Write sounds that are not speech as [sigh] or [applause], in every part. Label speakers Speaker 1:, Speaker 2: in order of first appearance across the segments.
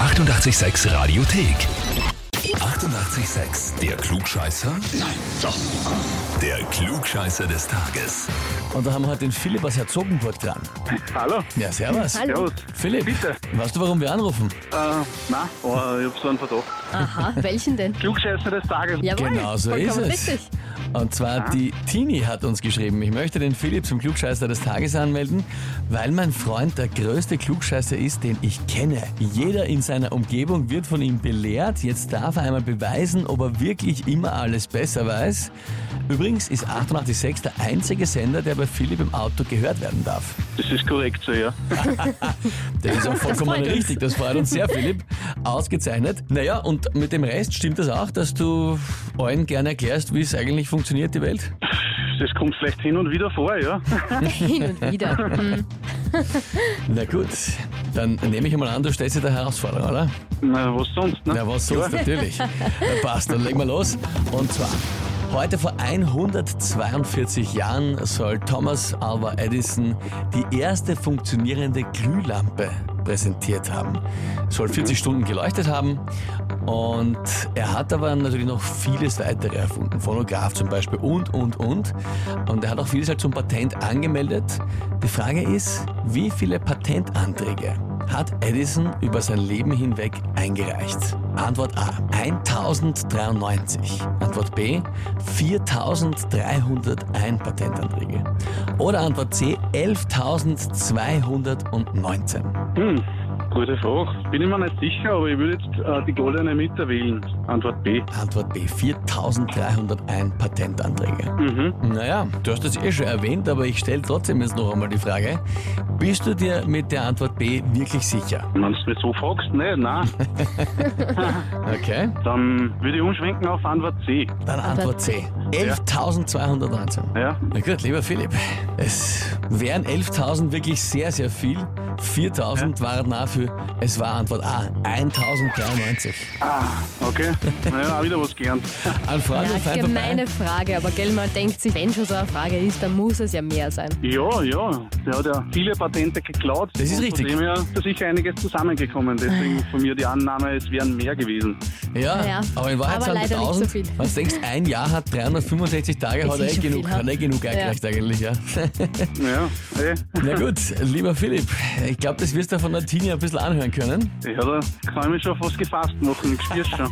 Speaker 1: 886 Radiothek. 88,6. Der Klugscheißer? Nein, doch. Der Klugscheißer des Tages.
Speaker 2: Und da haben wir heute den Philipp aus Herzogenburg dran.
Speaker 3: Hallo,
Speaker 2: Ja, servus.
Speaker 4: Hallo.
Speaker 3: Servus.
Speaker 2: Philipp,
Speaker 3: Bitte.
Speaker 2: weißt du, warum wir anrufen?
Speaker 3: Äh, na, oh, ich hab so einen Verdacht.
Speaker 4: Aha, welchen denn?
Speaker 3: Klugscheißer des Tages.
Speaker 4: Jawohl,
Speaker 2: Genau so ist
Speaker 4: vollkommen
Speaker 2: es.
Speaker 4: richtig. Ah.
Speaker 2: Und zwar die Tini hat uns geschrieben, ich möchte den Philipp zum Klugscheißer des Tages anmelden, weil mein Freund der größte Klugscheißer ist, den ich kenne. Jeder in seiner Umgebung wird von ihm belehrt. Jetzt darf er einmal beweisen, ob er wirklich immer alles besser weiß. Übrigens ist 886 der einzige Sender, der bei Philipp im Auto gehört werden darf.
Speaker 3: Das ist korrekt so, ja.
Speaker 2: Das ist auch vollkommen
Speaker 4: freut uns.
Speaker 2: richtig, das freut uns sehr, Philipp. Ausgezeichnet. Naja, und mit dem Rest stimmt das auch, dass du allen gerne erklärst, wie es eigentlich funktioniert, die Welt?
Speaker 3: Das kommt vielleicht hin und wieder vor, ja.
Speaker 4: Hin und
Speaker 2: [laughs]
Speaker 4: wieder. Hm.
Speaker 2: Na gut, dann nehme ich mal an, du stellst dir der Herausforderung, oder?
Speaker 3: Na, was sonst, ne?
Speaker 2: Na, was sonst
Speaker 3: Ja.
Speaker 2: natürlich. Na, passt, dann legen wir los. Und zwar, heute vor 142 Jahren soll Thomas Alva Edison die erste funktionierende Glühlampe präsentiert haben. Soll 40 Stunden geleuchtet haben und er hat aber natürlich noch vieles weitere erfunden. Phonograph zum Beispiel und, und, und. Und er hat auch vieles halt zum Patent angemeldet. Die Frage ist, wie viele Patentanträge hat Edison über sein Leben hinweg eingereicht? Antwort A 1093. Antwort B 4301 Patentanträge. Oder Antwort C 11219.
Speaker 3: Hm, gute Frage. Bin ich mir nicht sicher, aber ich würde jetzt äh, die goldene Mitte wählen. Antwort B.
Speaker 2: Antwort B 4301 Patentanträge.
Speaker 3: Mhm.
Speaker 2: Naja, du hast das eh schon erwähnt, aber ich stelle trotzdem jetzt noch einmal die Frage. Bist du dir mit der Antwort B wirklich sicher?
Speaker 3: Wenn du mich so fragst, ne, na,
Speaker 2: Okay,
Speaker 3: dann würde ich umschwenken auf Antwort C.
Speaker 2: dann Antwort C 11219.
Speaker 3: Ja,
Speaker 2: Na gut, lieber Philipp, es wären 11.000 wirklich sehr, sehr viel. 4.000 waren dafür, es war Antwort A, 1.093.
Speaker 3: Ah. okay. Naja, auch wieder was gelernt.
Speaker 2: An Freund und
Speaker 4: Ja,
Speaker 2: Feind vorbei.
Speaker 4: gemeine Frage, aber gell, man denkt sich, wenn schon so eine Frage ist, dann muss es ja mehr sein.
Speaker 3: Ja, ja, der hat ja viele Patente geklaut.
Speaker 2: Das ist
Speaker 3: Und
Speaker 2: richtig.
Speaker 3: Von dem her ist da sicher einiges zusammengekommen. Deswegen von mir die Annahme, es wären mehr gewesen.
Speaker 2: Ja,
Speaker 4: Ja,
Speaker 2: aber in Wahrheit
Speaker 4: aber
Speaker 2: sind
Speaker 4: leider nicht so
Speaker 2: 1000.
Speaker 4: viel.
Speaker 2: Wenn du denkst, ein Jahr hat 365 Tage,
Speaker 4: Es
Speaker 2: hat
Speaker 4: ist
Speaker 2: er eh
Speaker 4: schon
Speaker 2: genug,
Speaker 4: viel, ne?
Speaker 2: hat er eh genug eingereicht eigentlich, ja. [laughs]
Speaker 3: Ja, eh.
Speaker 2: Na gut, lieber Philipp, ich glaube, das wirst du von der Tini ein bisschen anhören können.
Speaker 3: Ja, da kann ich mich schon fast gefasst machen, ich spür's schon.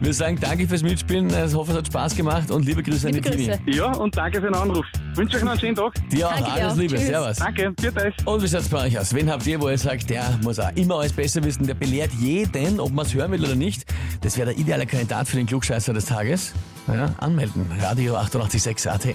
Speaker 2: Wir sagen danke fürs Mitspielen, ich hoffe, es hat Spaß gemacht und liebe Grüße
Speaker 4: Liebe
Speaker 2: an die
Speaker 4: Grüße.
Speaker 2: Tini.
Speaker 3: Ja, und danke für den Anruf. Wünsche euch noch einen schönen Tag.
Speaker 2: Dir auch,
Speaker 4: Danke dir
Speaker 2: alles
Speaker 4: auch.
Speaker 2: Liebe,
Speaker 4: Tschüss.
Speaker 2: servus.
Speaker 3: Danke, viert euch.
Speaker 2: Und wie schaut's bei euch aus? Wen habt ihr, wo ihr sagt, der muss auch immer alles besser wissen, der belehrt jeden, ob man es hören will oder nicht? Das wäre der ideale Kandidat für den Klugscheißer des Tages. Ja, anmelden. Radio 886 AT.